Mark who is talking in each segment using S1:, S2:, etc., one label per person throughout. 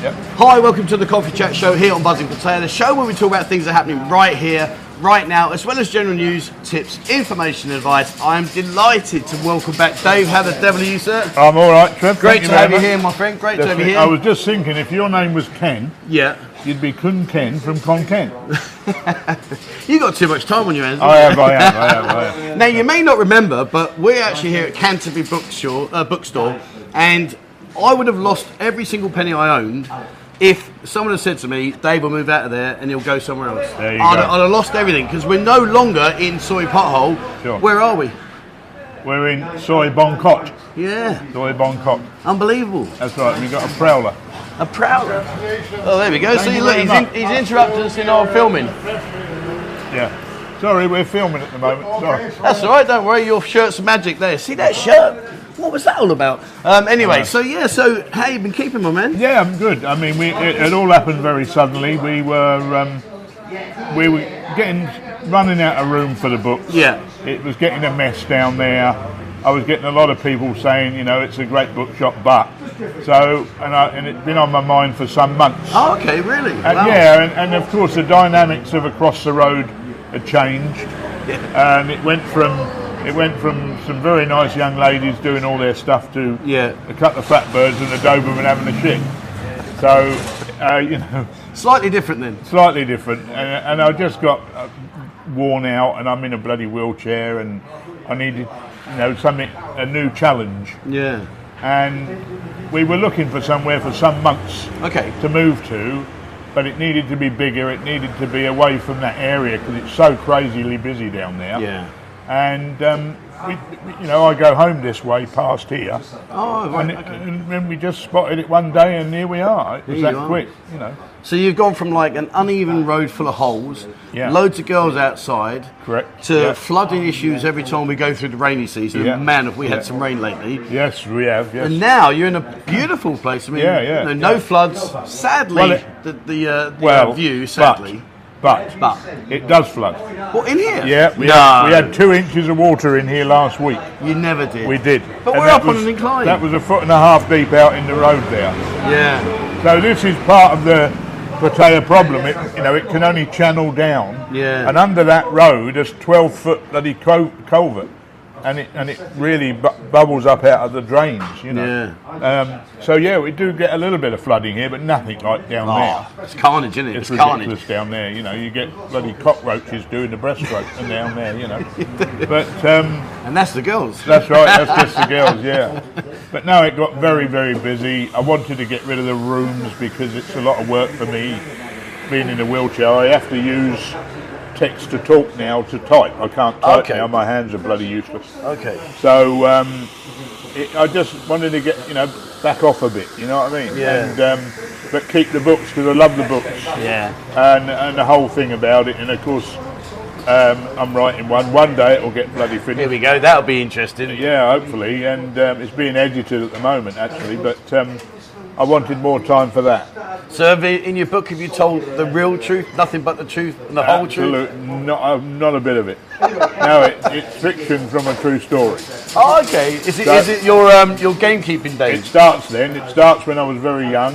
S1: Yep.
S2: Hi, welcome to the Coffee Chat Show here on Buzzing Potato, the show where we talk about things that are happening right here, right now, as well as general news, tips, information, and advice. I'm delighted to welcome back Dave. How the devil are you, sir?
S1: I'm all right, Trev.
S2: Great
S1: Thank
S2: to
S1: very
S2: have you
S1: much.
S2: here, my friend. Great to have you
S1: Definitely.
S2: here.
S1: I was just thinking, if your name was Ken,
S2: yeah.
S1: you'd be Kun Ken from Con Ken.
S2: You got too much time on your hands.
S1: I have, I have, I have, I have.
S2: Now you may not remember, but we're actually here at Canterbury Bookstore, uh, bookstore, and I would have lost every single penny I owned if someone had said to me, "Dave will move out of there and he'll go somewhere else."
S1: There you
S2: I'd,
S1: go.
S2: I'd have lost everything because we're no longer in Soy Pothole.
S1: Sure.
S2: Where are we?
S1: We're in Soy Bongkot.
S2: Yeah,
S1: Soy Bongkot.
S2: unbelievable.
S1: That's right, we've got a prowler.
S2: A prowler. Oh, there we go.
S1: Thank
S2: See,
S1: you
S2: look,
S1: very
S2: he's,
S1: much.
S2: in, he's interrupted us in our filming.
S1: Yeah. Sorry, we're filming at the moment. Sorry.
S2: That's all right. Don't worry. Your shirt's magic there. See that shirt? What was that all about? Um, anyway, so yeah. So how you been keeping, my man?
S1: Yeah, I'm good. I mean, we, it, it all happened very suddenly. We were um, we were getting running out of room for the books.
S2: Yeah.
S1: it was getting a mess down there. I was getting a lot of people saying, you know, it's a great bookshop, but so and I, and it's been on my mind for some months.
S2: Oh, okay, really?
S1: And
S2: Wow.
S1: Uh, yeah, and, and of course the dynamics of across the road had changed, and it went from it went from some very nice young ladies doing all their stuff to
S2: Yeah.
S1: a couple of fatbirds and a Doberman having a shit. So uh, you know,
S2: Slightly different then.
S1: slightly different, and, and I just got uh, worn out, and I'm in a bloody wheelchair, and I needed you know something a new challenge,
S2: Yeah.
S1: and we were looking for somewhere for some months
S2: Okay.
S1: to move to, but it needed to be bigger. It needed to be away from that area because it's so crazily busy down there.
S2: Yeah.
S1: And um, we, we- you know, I go home this way past here,
S2: Oh,
S1: and,
S2: right.
S1: it,
S2: Okay.
S1: and then we just spotted it one day, and here we are. It was
S2: Here you
S1: that
S2: are.
S1: quick, you know.
S2: So you've gone from like an uneven road full of holes,
S1: Yeah.
S2: loads of girls outside,
S1: Correct.
S2: to
S1: Yeah.
S2: flooding issues every time we go through the rainy season.
S1: Yeah.
S2: And man, if we
S1: Yeah.
S2: had some rain lately.
S1: Yes, we have. Yes.
S2: And now you're in a beautiful place. I mean,
S1: Yeah, yeah,
S2: you know, no
S1: yeah.
S2: floods. Sadly,
S1: Well, it-
S2: the the, uh, the
S1: well,
S2: uh, view.
S1: but-
S2: Sadly,
S1: But,
S2: But.
S1: it does flood.
S2: well, in here.
S1: Yeah, we,
S2: no,
S1: had, we had two inches of water in here last week.
S2: you never did.
S1: We did.
S2: But
S1: And
S2: we're
S1: that
S2: up on an incline.
S1: That was a foot and a half deep out in the road there.
S2: yeah,
S1: So this is part of the Patea problem. It, you know, it can only channel down.
S2: Yeah.
S1: And under that road, there's 12 foot bloody cul- culvert. And it, and it really bu- bubbles up out of the drains, you know. Yeah. Um, so yeah, we do get a little bit of flooding here, but nothing like down there.
S2: oh, it's carnage, isn't it? It's,
S1: It's ridiculous
S2: carnage.
S1: down there, you know. You get bloody cockroaches doing the breaststroke and down there, you know. But um,
S2: And that's the girls.
S1: that's right, that's just the girls, yeah. But no, it got very, very busy. I wanted to get rid of the rooms because it's a lot of work for me being in a wheelchair. I have to use text to talk now to type. I can't type
S2: Okay.
S1: now, my hands are bloody useless.
S2: Okay.
S1: So um, it, I just wanted to get you know back off a bit. You know what I mean?
S2: Yeah.
S1: And, um, but keep the books because I love the books.
S2: Yeah.
S1: And and the whole thing about it. And of course, um, I'm writing one. One day it will get bloody
S2: Here
S1: finished.
S2: we go. That'll be interesting.
S1: Yeah, hopefully. And um, it's being edited at the moment actually. But um, I wanted more time for that.
S2: So, have you- in your book, have you told the real truth, nothing but the truth, and the whole truth?
S1: Absolute, not uh, not a bit of it. no, it, it's fiction from a true story.
S2: Oh, okay. Is it,
S1: So-
S2: is it your um, your gamekeeping
S1: It
S2: days?
S1: starts then. It starts when I was very young.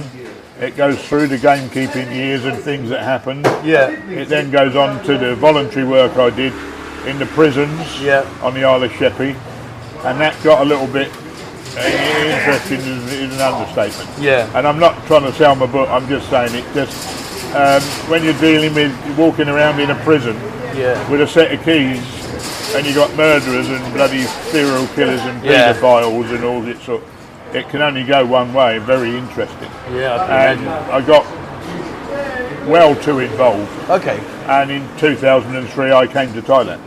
S1: It goes through the gamekeeping years and things that happened.
S2: Yeah.
S1: It then goes on to the voluntary work I did in the prisons
S2: Yeah.
S1: on the Isle of Sheppey, and that got a little bit uh, interesting is, is an understatement.
S2: Yeah.
S1: And I'm not trying to sell my book. I'm just saying it just. Um, when you're dealing with walking around in a prison
S2: Yeah.
S1: with a set of keys, and you got murderers and bloody serial killers and
S2: Yeah.
S1: pedophiles and all that sort, it can only go one way. Very interesting.
S2: Yeah, I can
S1: And I got well too involved
S2: Okay.
S1: and in 2003 I came to Thailand.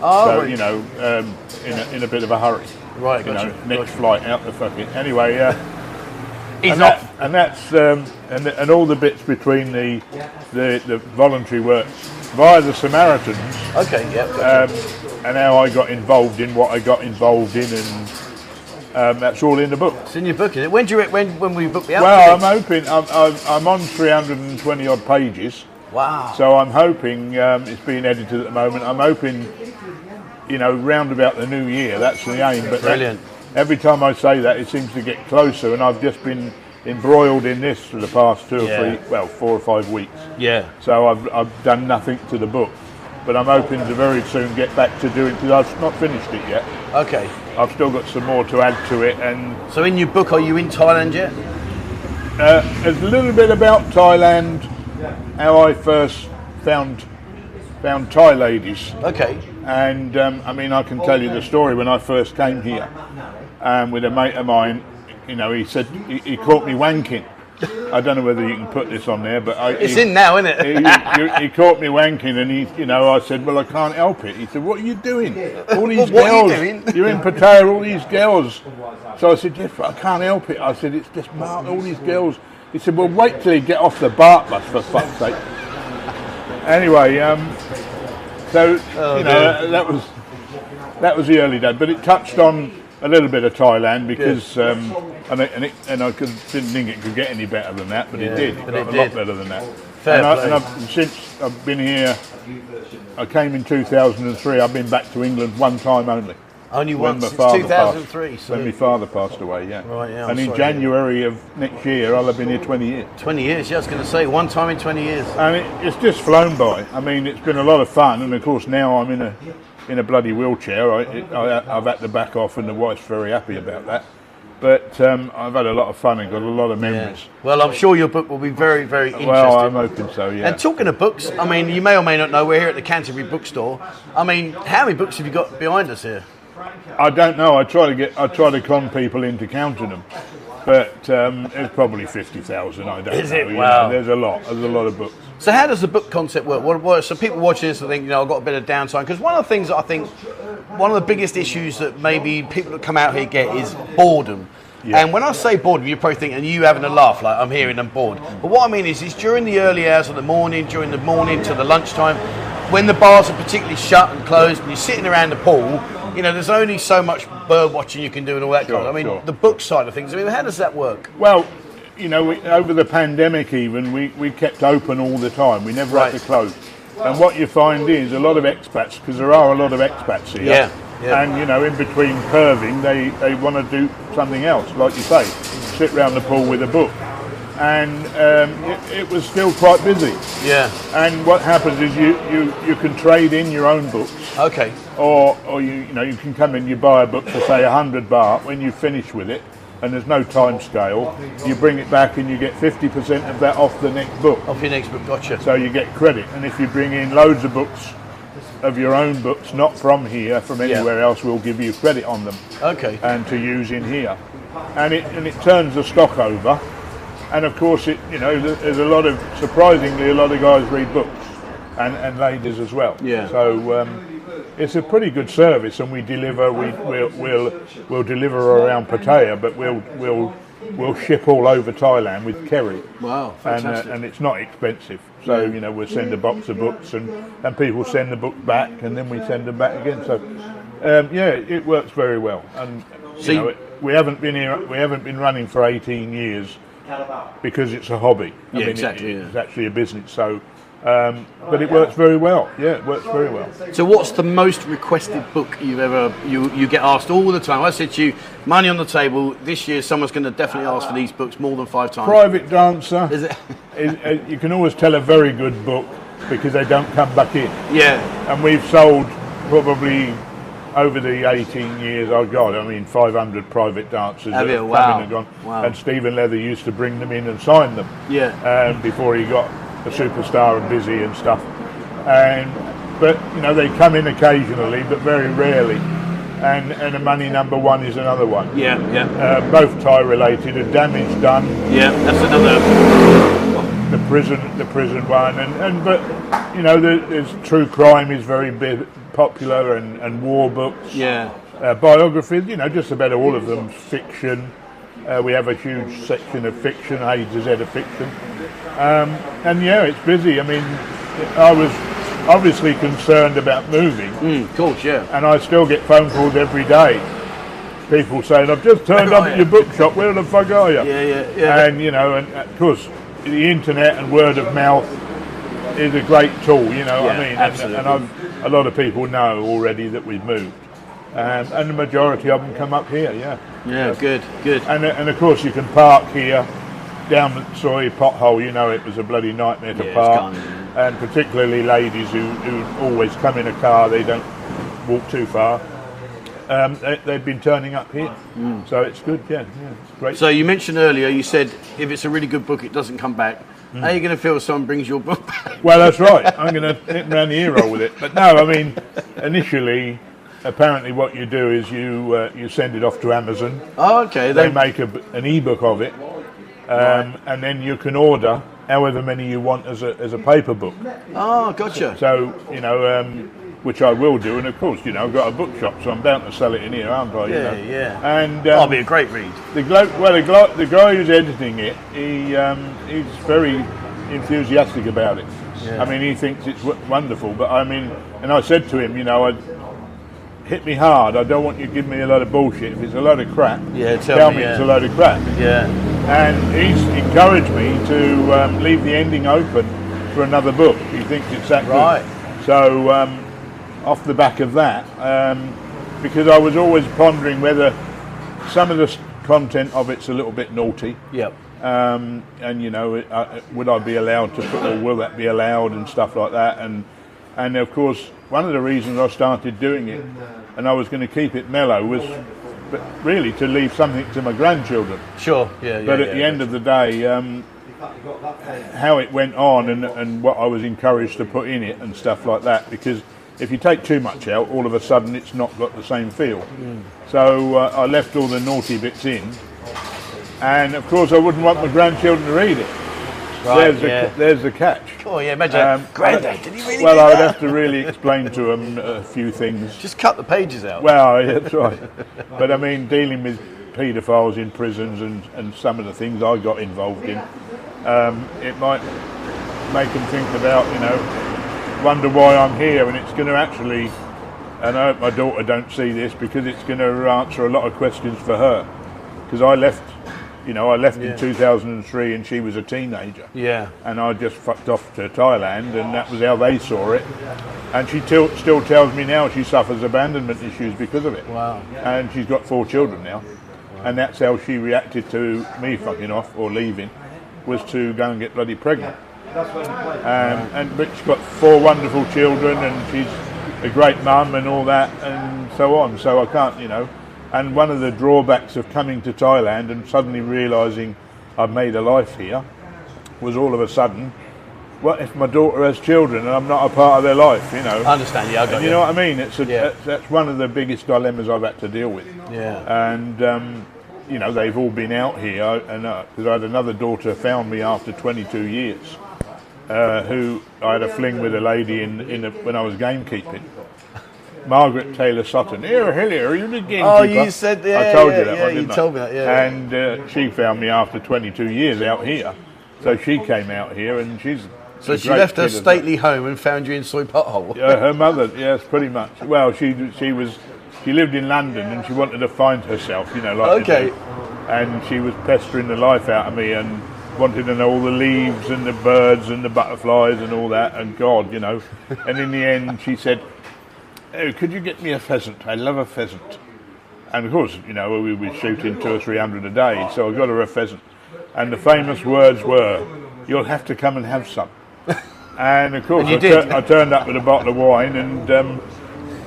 S2: Oh,
S1: so
S2: right.
S1: you know, um, in, a, in a bit of a hurry.
S2: Right,
S1: you
S2: gotcha,
S1: know, next flight out the fucking. Anyway, uh,
S2: He's
S1: and,
S2: off.
S1: that, and that's um, and and all the bits between the the, the voluntary work via the Samaritans
S2: Okay. Yeah.
S1: um, and how I got involved in what I got involved in, and um, that's all in the book.
S2: it's in your book, is it? When do you re- when when we book the
S1: Well, I'm
S2: outfit?
S1: hoping I'm, I'm, I'm on 320 odd pages.
S2: wow.
S1: So I'm hoping um, it's being edited at the moment. I'm hoping, you know, round about the new year. That's the aim. But that-
S2: Brilliant.
S1: every time I say that, it seems to get closer, and I've just been embroiled in this for the past
S2: Yeah.
S1: two or three, well, four or five weeks.
S2: Yeah.
S1: So I've, I've done nothing to the book. But I'm hoping to very soon get back to doing, because I've not finished it yet.
S2: Okay.
S1: I've still got some more to add to it, and
S2: So in your book, are you in Thailand yet?
S1: Uh, there's a little bit about Thailand, how I first found found Thai ladies,
S2: Okay.
S1: and um, I mean I can tell you the story when I first came here um, with a mate of mine. You know, he said he, he caught me wanking. I don't know whether you can put this on there, but I,
S2: It's
S1: he,
S2: in now, isn't
S1: he,
S2: it?
S1: he- he caught me wanking, and he, you know, I said, "Well, I can't help it." He said, "What are you doing? All these
S2: What are you
S1: girls,
S2: doing?"
S1: are in Pattaya, all these girls." So I said, "Jeff, I can't help it." I said, "It's just Mark, all these girls." He said, "Well, wait till you get off the BART bus for fuck's sake." Anyway, um, so
S2: Oh,
S1: you know that was that was the early day, but it touched on a little bit of Thailand because um, and it, and, it, and I could, didn't think it could get any better than that, but it did. It
S2: but
S1: got
S2: it
S1: a
S2: did.
S1: lot better than that.
S2: Fair
S1: and,
S2: play.
S1: I, and I've, since I've been here, I came in 2003. I've been back to England one time only.
S2: Only
S1: when
S2: once.
S1: my
S2: It's
S1: father
S2: 2003,
S1: passed,
S2: so-
S1: when my father passed away, yeah.
S2: Right, yeah, I'm
S1: and in
S2: sorry.
S1: January of next year, I'll have been here 20 years.
S2: 20 years, yeah, I was going to say, one time in 20 years.
S1: And it, it's just flown by. I mean, it's been a lot of fun, and of course now I'm in a in a bloody wheelchair. I, it, I, I've had to back off, and the wife's very happy about that. But um, I've had a lot of fun and got a lot of
S2: Yeah.
S1: memories.
S2: Well, I'm sure your book will be very, very interesting.
S1: Well, I'm hoping so. Yeah.
S2: and talking of books, I mean, you may or may not know, we're here at the Canterbury Bookstore. I mean, how many books have you got behind us here?
S1: I don't know. I try to get. I try to con people into counting them, but um, there's probably fifty thousand. I don't
S2: Is
S1: know.
S2: it?
S1: you
S2: Wow.
S1: know. There's a lot. There's a lot of books.
S2: So how does the book concept work? What, what, so people watching this will think, you know, I've got a bit of downtime. Because one of the things that I think, one of the biggest issues that maybe people that come out here get is boredom.
S1: Yeah.
S2: And when I say boredom, you're probably thinking, you having a laugh, like I'm here and I'm bored. But what I mean is, is during the early hours of the morning, during the morning to the lunchtime, when the bars are particularly shut and closed and you're sitting around the pool, you know, there's only so much bird watching you can do and all that
S1: Sure,
S2: kind of I mean,
S1: sure.
S2: the book side of things, I mean, how does that work?
S1: Well, you know, we, over the pandemic, even we, we kept open all the time. We never
S2: Right.
S1: had to close. And what you find is a lot of expats, because there are a lot of expats here.
S2: Yeah, yeah.
S1: And you know, in between curving, they they want to do something else, like you say, sit round the pool with a book. And um, it, it was still quite busy.
S2: Yeah.
S1: And what happens is you, you, you can trade in your own books,
S2: Okay.
S1: or, or you, you know you can come in, you buy a book for say hundred baht. When you finish with it, and there's no time scale, you bring it back and you get fifty percent of that off the next book.
S2: Off your next book, gotcha.
S1: So you get credit. And if you bring in loads of books of your own books, not from here, from anywhere else, we'll give you credit on them
S2: Okay.
S1: and to use in here. And it, and it turns the stock over. And of course, it you know th- there's a lot of surprisingly a lot of guys read books and, and ladies as well.
S2: Yeah.
S1: So um, it's a pretty good service, and we deliver. We we'll we'll, we'll deliver around Pattaya, but we'll we'll we'll ship all over Thailand with Kerry.
S2: Wow,
S1: And, uh,
S2: fantastic.
S1: and it's not expensive. So you know we'll send a box of books, and, and people send the book back, and then we send them back again. So um, yeah, it works very well. And you
S2: So you-
S1: know, it, we haven't been here. We haven't been running for 18 years because it's a hobby. I
S2: Yeah,
S1: mean, it-
S2: exactly, yeah.
S1: It's actually a business. So, um, but it works very well. Yeah, it works very well.
S2: So, what's the most requested book you've ever you you get asked all the time? I said to you, money on the table. This year, someone's going to definitely ask for these books more than five times.
S1: Private dancer.
S2: Is it?
S1: is- uh, you can always tell a very good book because they don't come back in.
S2: Yeah.
S1: And we've sold probably over the 18 years I've got, I mean, 500 private dancers
S2: Have
S1: that
S2: you?
S1: have
S2: Wow.
S1: come in and gone.
S2: Wow.
S1: And Stephen Leather used to bring them in and sign them.
S2: Yeah.
S1: Um, before he got a superstar and busy and stuff. And but you know they come in occasionally, but very rarely. And and a money number one is another one.
S2: Yeah. Yeah.
S1: Uh, both tie related and damage done
S2: Yeah. That's another.
S1: the prison, the prison one, and, and but you know, there, there's true crime is very bi- popular, and, and war books,
S2: Yeah.
S1: uh, biographies, you know, just about all of them. Fiction, uh, we have a huge section of fiction, A to Z of fiction, um, and yeah, it's busy. I mean, I was obviously concerned about moving,
S2: Mm, of course. Yeah.
S1: and I still get phone calls every day. People saying, "I've just turned
S2: Oh,
S1: up
S2: yeah.
S1: at your bookshop. Where the fuck are you?"
S2: Yeah. Yeah. Yeah.
S1: And you know, and uh, of course, the internet and word of mouth is a great tool. You know what
S2: Yeah,
S1: I mean?
S2: absolutely.
S1: And, and I've, a lot of people know already that we've moved, um, and the majority of them come up here. Yeah. uh,
S2: yeah. Good. Good.
S1: And and of course, you can park here. down the sorry pothole, you know, it was a bloody nightmare to
S2: Yeah, it's
S1: park.
S2: gone.
S1: And particularly ladies who, who always come in a car, they don't walk too far. Um, they, they've been turning up here,
S2: Mm.
S1: so it's good. Yeah, yeah it's great.
S2: So you mentioned earlier, you said if it's a really good book, it doesn't come back.
S1: Hmm.
S2: How are you going to feel if someone brings your book back?
S1: Well, that's right. I'm going to hit round the ear roll with it. But no, I mean, initially, apparently, what you do is you uh, you send it off to Amazon.
S2: Oh, okay.
S1: They
S2: They,
S1: make a, an ebook of it, um, and then you can order however many you want as a as a paper book.
S2: oh, gotcha.
S1: So you know. Um, which I will do, and of course, you know, I've got a bookshop, so I'm bound to sell it in here, aren't I? you
S2: Yeah,
S1: know?
S2: yeah.
S1: And
S2: That'll
S1: um,
S2: be a great read.
S1: the glo- well, the, glo- the guy who's editing it, he um, he's very enthusiastic about it.
S2: Yeah.
S1: I mean, he thinks it's w- wonderful. But I mean, and I said to him, you know, I hit me hard. I don't want you to give me a lot of bullshit. If it's a load of crap,
S2: Yeah, tell me,
S1: me it's
S2: yeah.
S1: a load of crap.
S2: Yeah.
S1: And he's encouraged me to um, leave the ending open for another book. He thinks it's that good.
S2: Right.
S1: So um, off the back of that, um, because I was always pondering whether some of the s- content of it's a little bit naughty,
S2: Yep.
S1: um, and you know, it, uh, would I be allowed to put, or will that be allowed, and stuff like that, and and of course, one of the reasons I started doing it, and I was going to keep it mellow, was but really to leave something to my grandchildren.
S2: Sure. Yeah. yeah
S1: But at the end of the day, um, how it went on and, and what I was encouraged to put in it and stuff like that, because if you take too much out, all of a sudden it's not got the same feel.
S2: Mm.
S1: So uh, I left all the naughty bits in, and of course I wouldn't want my grandchildren to read it. there's,
S2: yeah.
S1: the, there's the catch.
S2: Oh yeah. Imagine.
S1: Um,
S2: Grandad, did he really?
S1: Well,
S2: do
S1: I would
S2: that?
S1: have to really explain to them a few things.
S2: Just cut the pages out.
S1: Well, yeah, that's right. But I mean, dealing with paedophiles in prisons and, and some of the things I got involved in, um, it might make them think about, you know, wonder why I'm here, and it's going to actually. And I hope my daughter don't see this because it's going to answer a lot of questions for her. Because I left, you know, I left
S2: Yeah.
S1: in 2003 and she was a teenager
S2: yeah.
S1: and I just fucked off to Thailand, and that was how they saw it. And she til- still tells me now she suffers abandonment issues because of it.
S2: Wow.
S1: And she's got four children now, and that's how she reacted to me fucking off or leaving, was to go and get bloody pregnant. Um, and but she's got four wonderful children, and she's a great mum and all that, and so on. So I can't, you know. And one of the drawbacks of coming to Thailand and suddenly realising I've made a life here was all of a sudden, what if my daughter has children and I'm not a part of their life, you know?
S2: I understand. Yeah. I got
S1: And you know what I mean? It's a,
S2: Yeah.
S1: that's, that's one of the biggest dilemmas I've had to deal with.
S2: Yeah.
S1: And, um, you know, they've all been out here. And because I had another daughter found me after 22 years, uh, who I had a fling with a lady in, in the, when I was gamekeeping. Margaret Taylor Sutton. Here, hello, are you the gamekeeper?
S2: Oh, you said- yeah,
S1: I told
S2: yeah,
S1: you that
S2: yeah,
S1: one,
S2: you
S1: didn't I?
S2: told me that, yeah.
S1: And uh, she found me after 22 years out here. So she came out here and she's.
S2: So
S1: she's
S2: she
S1: a great
S2: left her
S1: kid as well.
S2: stately home and found you in soy pothole.
S1: Uh, her mother, yes, pretty much. Well, she she was she lived in London and she wanted to find herself, you know, like
S2: Okay.
S1: You do. And she was pestering the life out of me and wanted to know all the leaves and the birds and the butterflies and all that and God, you know. And in the end, she said, "Oh, could you get me a pheasant? I love a pheasant." And of course, you know, we were shooting two or three hundred a day, so I got her a pheasant. And the famous words were, "You'll have to come and have some." And of course,
S2: you
S1: I, tur-
S2: did.
S1: I turned up with a bottle of wine, and um,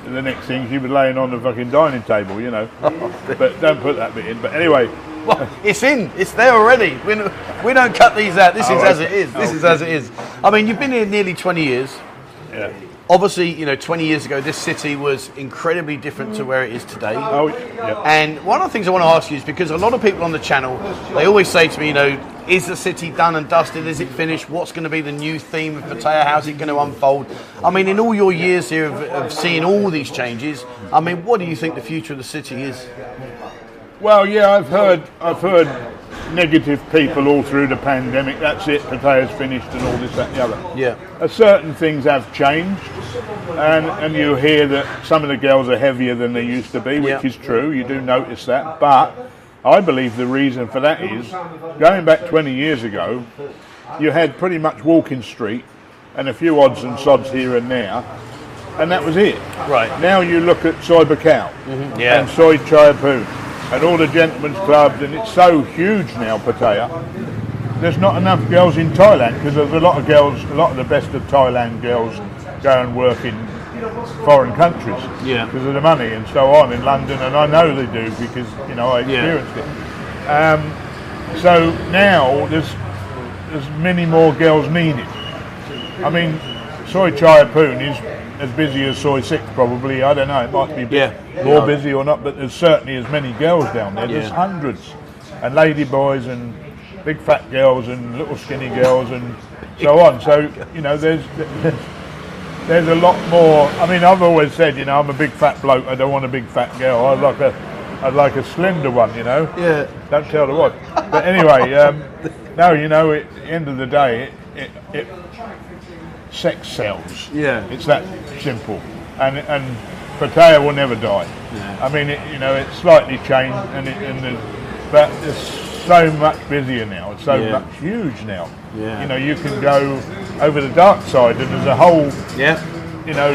S1: the next thing she was laying on the fucking dining table, you know.
S2: Oh,
S1: but don't put that bit in. But anyway,
S2: Well, it's in. It's there already. We, we don't cut these out. This is
S1: Oh,
S2: as
S1: okay.
S2: it is. This
S1: Oh.
S2: is as it is. I mean, you've been here nearly 20 years.
S1: yeah.
S2: Obviously, you know, 20 years ago, this city was incredibly different to where it is today.
S1: Oh, yeah.
S2: And one of the things I want to ask you is because a lot of people on the channel, they always say to me, you know, is the city done and dusted? Is it finished? What's going to be the new theme of Patea? How's it going to unfold? I mean, in all your years here of, of seeing all these changes, I mean, what do you think the future of the city is?
S1: Well, yeah, I've heard, I've heard negative people all through the pandemic. That's it. Potatoes finished, and all this, that, and the other.
S2: Yeah.
S1: Uh, certain things have changed, and, and you hear that some of the girls are heavier than they used to be, which
S2: Yeah.
S1: is true. You do notice that, but I believe the reason for that is going back 20 years ago, you had pretty much walking street and a few odds and sods here and there, and that was it.
S2: Right. Mm-hmm.
S1: now, you look at Soy Bacow
S2: Yeah.
S1: and Soy Chayapoon and all the gentlemen's clubs, and it's so huge now, Patea there's not enough girls in Thailand because there's a lot of girls, a lot of the best of Thailand girls go and work in foreign countries
S2: Yeah.
S1: because of the money and so on in London, and I know they do because you know I
S2: Yeah.
S1: experienced it. Um, so now there's there's many more girls needed. I mean, Soy Chayapoon is as busy as Soy Six probably. I don't know. It might be bu-
S2: Yeah.
S1: more
S2: Yeah.
S1: busy or not, but there's certainly as many girls down there. There's
S2: Yeah.
S1: hundreds and lady boys and big fat girls and little skinny girls and so on. So you know, there's there's a lot more. I mean, I've always said, you know, I'm a big fat bloke. I don't want a big fat girl. I like a I'd like a slender one. You know.
S2: Yeah.
S1: Don't tell the what. But anyway, um, no, you know, at the end of the day, it, it, it sex sells.
S2: Yeah.
S1: It's that simple. And and Patea will never die. I mean, it, you know, it's slightly changed, and, it, and there's, but it's so much busier now. It's so
S2: Yeah.
S1: much huge now.
S2: Yeah.
S1: You know, you can go over the dark side, and there's a whole
S2: Yeah.
S1: you know,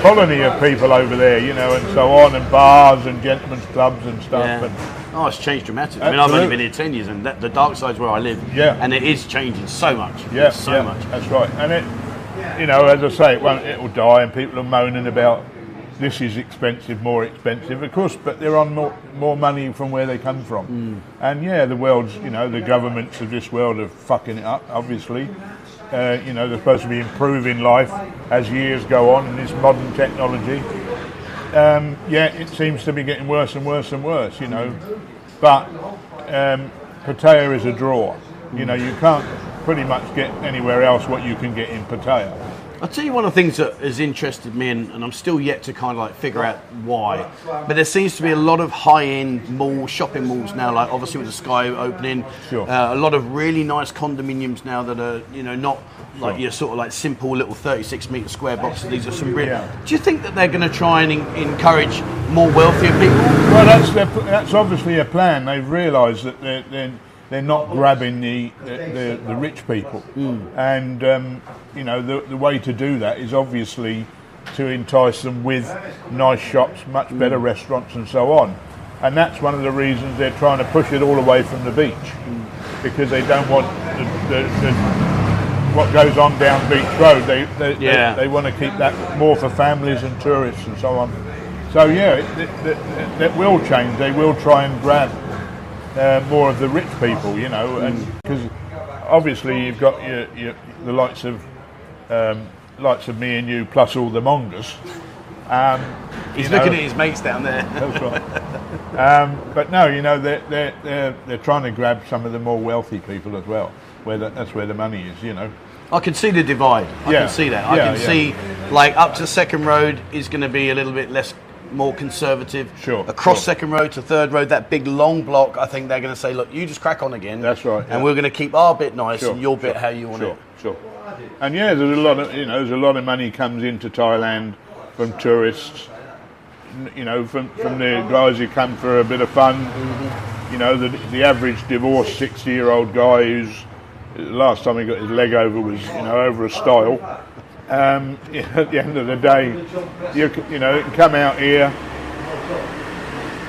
S1: colony of people over there, you know, and so on, and bars and gentlemen's clubs and stuff. And,
S2: Yeah. Oh, it's changed dramatically. I mean, I've only
S1: Absolutely.
S2: been here 10 years, and that, the dark side's where I live.
S1: Yeah.
S2: And it is changing so much.
S1: Yeah,
S2: so
S1: yeah,
S2: much.
S1: That's right. And it, you know, as I say, it won't. It will die, and people are moaning about this is expensive, more expensive, of course. But they're on more more money from where they come
S2: Hmm.
S1: from. And yeah, the world's, you know, the governments of this world are fucking it up, obviously. Uh, you know, they're supposed to be improving life as years go on in this modern technology. Um, yeah, it seems to be getting worse and worse and worse, you know. But um, Pattaya is a draw. You know, you can't pretty much get anywhere else what you can get in Pattaya.
S2: I'll tell you one of the things that has interested me, and, and I'm still yet to kind of like figure out why. But there seems to be a lot of high-end mall shopping malls now, like obviously with the Sky opening,
S1: Sure.
S2: uh, a lot of really nice condominiums now that are you know not like
S1: Sure.
S2: your sort of like simple little 36 meter square boxes. These are some really.
S1: Yeah.
S2: Do you think that they're going to try and en- encourage more wealthier people?
S1: Well, that's their, that's obviously a plan. They've realised that they're, they're they're not grabbing the the, the, the rich people, and um, you know the the way to do that is obviously to entice them with nice shops, much better restaurants, and so on. And that's one of the reasons they're trying to push it all away from the beach, because they don't want the, the, the, what goes on down Beach Road. They they, they-
S2: Yeah.
S1: they, want to keep that more for families and tourists and so on. So yeah, it, it, it, that will change. They will try and grab uh, more of the rich people, you know, and because obviously you've got your, your, the likes of um, likes of me and you plus all the mongers. Um,
S2: He's
S1: you know,
S2: looking at his mates down there.
S1: that's right. um, but no, you know, they're, they're, they're, they're trying to grab some of the more wealthy people as well. Where the, that's where the money is, you know.
S2: I can see the divide. I
S1: Yeah.
S2: can see that. I
S1: Yeah,
S2: can
S1: yeah.
S2: see like up to second road is going to be a little bit less more conservative.
S1: Sure,
S2: Across
S1: sure.
S2: second road to third road, that big long block, I think they're going to say, look, you just crack on again.
S1: That's right,
S2: And
S1: yeah.
S2: we're going to keep our bit nice
S1: Sure,
S2: and your bit how you want
S1: Sure,
S2: it.
S1: sure. And yeah, there's a lot of you know, there's a lot of money comes into Thailand from tourists. n- You know, from from the guys who come for a bit of fun.
S2: Mm-hmm.
S1: You know, the the average divorced sixty year old guy who's last time he got his leg over was you know over a style. Um, at the end of the day, you c- you know, it can come out here.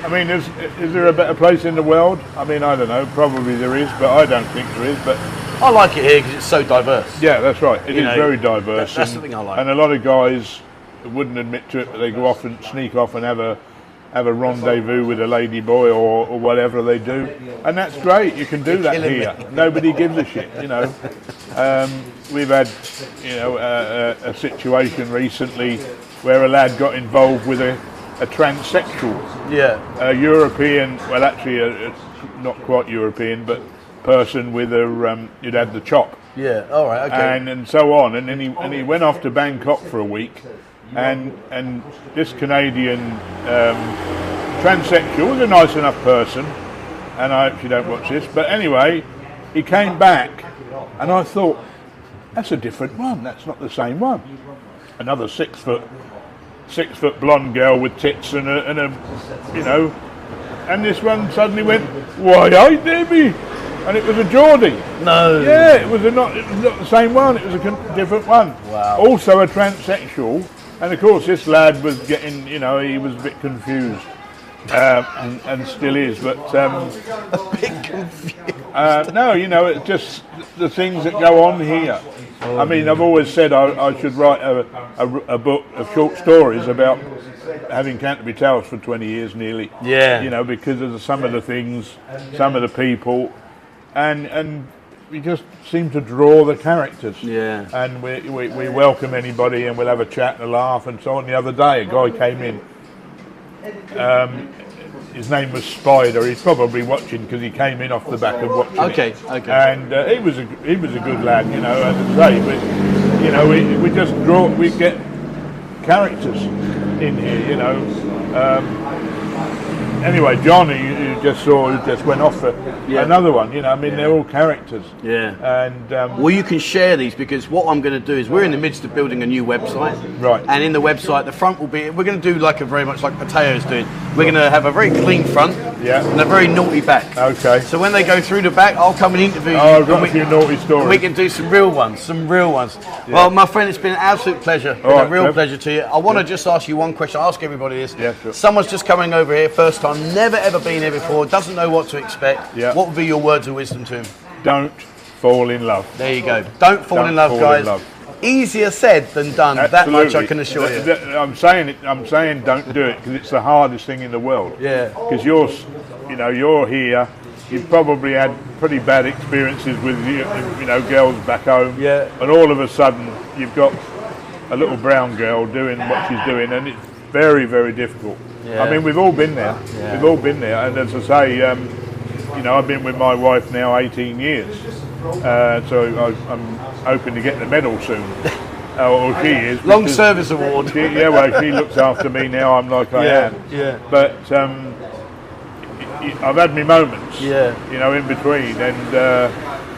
S1: I mean, is, is there a better place in the world? I mean, I don't know. Probably there is, but I don't think there is. But
S2: I like it here because it's so diverse.
S1: yeah, that's right. It is
S2: You know,
S1: very diverse.
S2: that- that's the
S1: and,
S2: thing I like.
S1: And a lot of guys wouldn't admit to it, but they go off and sneak off and have a have a rendezvous with a lady boy or, or whatever they do, and that's great. You can do that
S2: killing me.
S1: here. Nobody gives a shit, you know. Um, we've had, you know, a, a, a situation recently where a lad got involved with a, a transsexual
S2: Yeah.
S1: a European, well, actually, a, a, not quite European, but person with a um, who'd had the chop
S2: Yeah. All right. Okay.
S1: and and so on. And then he and he went off to Bangkok for a week, and and this Canadian um, transsexual was a nice enough person, and I hope you don't watch this. But anyway, he came back, and I thought that's a different one. That's not the same one. Another six foot. Six foot blonde girl with tits and a, and a, you know, and this one suddenly went, Why, I Debbie? And it was a Geordie.
S2: no.
S1: Yeah, it was, a not, it was not the same one, it was a con- different one.
S2: Wow.
S1: Also a transsexual, and of course this lad was getting, you know, he was a bit confused. um, and, and still is. But um, uh, no, you know, it's just the things that go on here. I mean, I've always said I, I should write a, a, a book of short stories about having Canterbury Towers for 20 years nearly.
S2: Yeah.
S1: You know, because of the, some of the things, some of the people, and and we just seem to draw the characters.
S2: Yeah.
S1: And we, we, we welcome anybody and we'll have a chat and a laugh and so on. The other day, a guy came in Um, his name was Spider. He's probably watching because he came in off the back of watching. it.
S2: Okay, okay.
S1: And uh, he was a he was a good lad, you know. As I say, but you know, we, we just draw we get characters in here, you know. Um, anyway, John, who you you just saw, who just went off for
S2: Yeah.
S1: another one. You know, I mean, they're all characters.
S2: Yeah.
S1: And um,
S2: Well, you can share these because what I'm going to do is we're in the midst of building a new website.
S1: Right.
S2: And in the website, the front will be, we're going to do like a very much like Pateo's doing. We're going to have a very clean front
S1: Yeah.
S2: and a very naughty back.
S1: Okay.
S2: So when they go through the back, I'll come and interview you.
S1: oh, I've
S2: and
S1: got
S2: we-
S1: a few naughty stories.
S2: we can do some real ones, some real ones. Well, my friend, it's been an absolute pleasure. Been
S1: right,
S2: a real
S1: Trev.
S2: pleasure to you. I want to just ask you one question. I ask everybody this.
S1: Yeah, sure.
S2: Someone's just coming over here, first time, never ever been here before, doesn't know what to expect.
S1: Yeah.
S2: What would be your words of wisdom to him?
S1: Don't fall in love.
S2: There you go. Don't fall
S1: Don't
S2: in love,
S1: fall in
S2: guys.
S1: love.
S2: Easier said than done. That much I can assure you.
S1: That- that- I'm saying it. I'm saying don't do it because it's the hardest thing in the world.
S2: Yeah.
S1: Because you're, s- you know, you're here. You've probably had pretty bad experiences with you, you know girls back home.
S2: Yeah.
S1: And all of a sudden you've got a little brown girl doing what she's doing, and it's very very difficult.
S2: Yeah.
S1: I mean, we've all been there.
S2: Yeah.
S1: We've all been there, and as I say. Um, you know, I've been with my wife now 18 years, uh, so I, I'm hoping to get the medal soon. Oh, or she is.
S2: Long
S1: because
S2: service award.
S1: She, yeah, well, she looks after me now. I'm like I
S2: Yeah,
S1: am.
S2: yeah.
S1: But um, y- y- I've had my moments.
S2: Yeah.
S1: You know, in between, and uh,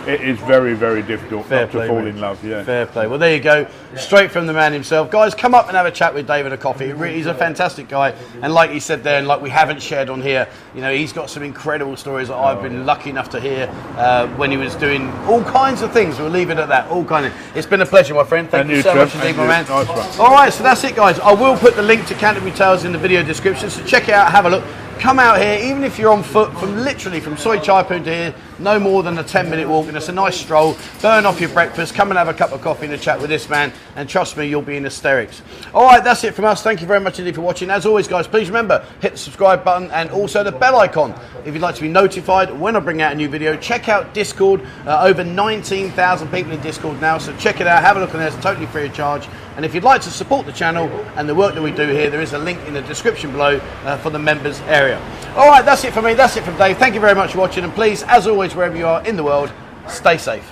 S1: it is very, very difficult
S2: Fair
S1: not
S2: play,
S1: to fall
S2: mate.
S1: in love. Yeah.
S2: Fair play. Well, there you go. Straight from the man himself. Guys, come up and have a chat with David a coffee. He really- He's a fantastic guy. And like he said there, and like we haven't shared on here, you know, he's got some incredible stories that
S1: Oh,
S2: I've been lucky enough to hear uh, when he was doing all kinds of things. We'll leave it at that. All kind of. It's been a pleasure, my friend. Thank
S1: And
S2: you,
S1: you,
S2: so
S1: Trev.
S2: much indeed,
S1: Thank
S2: my
S1: you.
S2: man.
S1: Nice one.
S2: All right, so that's it, guys. I will put the link to Canterbury Tales in the video description, so check it out, have a look. Come out here, even if you're on foot, from literally from Soy Chaipu to here, no more than a 10 minute walk, and it's a nice stroll. Burn off your breakfast, come and have a cup of coffee and a chat with this man, and trust me, you'll be in hysterics. All right, that's it from us. Thank you very much indeed for watching. As always, guys, please remember hit the subscribe button and also the bell icon if you'd like to be notified when I bring out a new video. Check out Discord, uh, over 19,000 people in Discord now, so check it out, have a look on there, it's totally free of charge. And if you'd like to support the channel and the work that we do here, there is a link in the description below uh, for the members area. All right, that's it for me. That's it from Dave. Thank you very much for watching. And please, as always, wherever you are in the world, stay safe.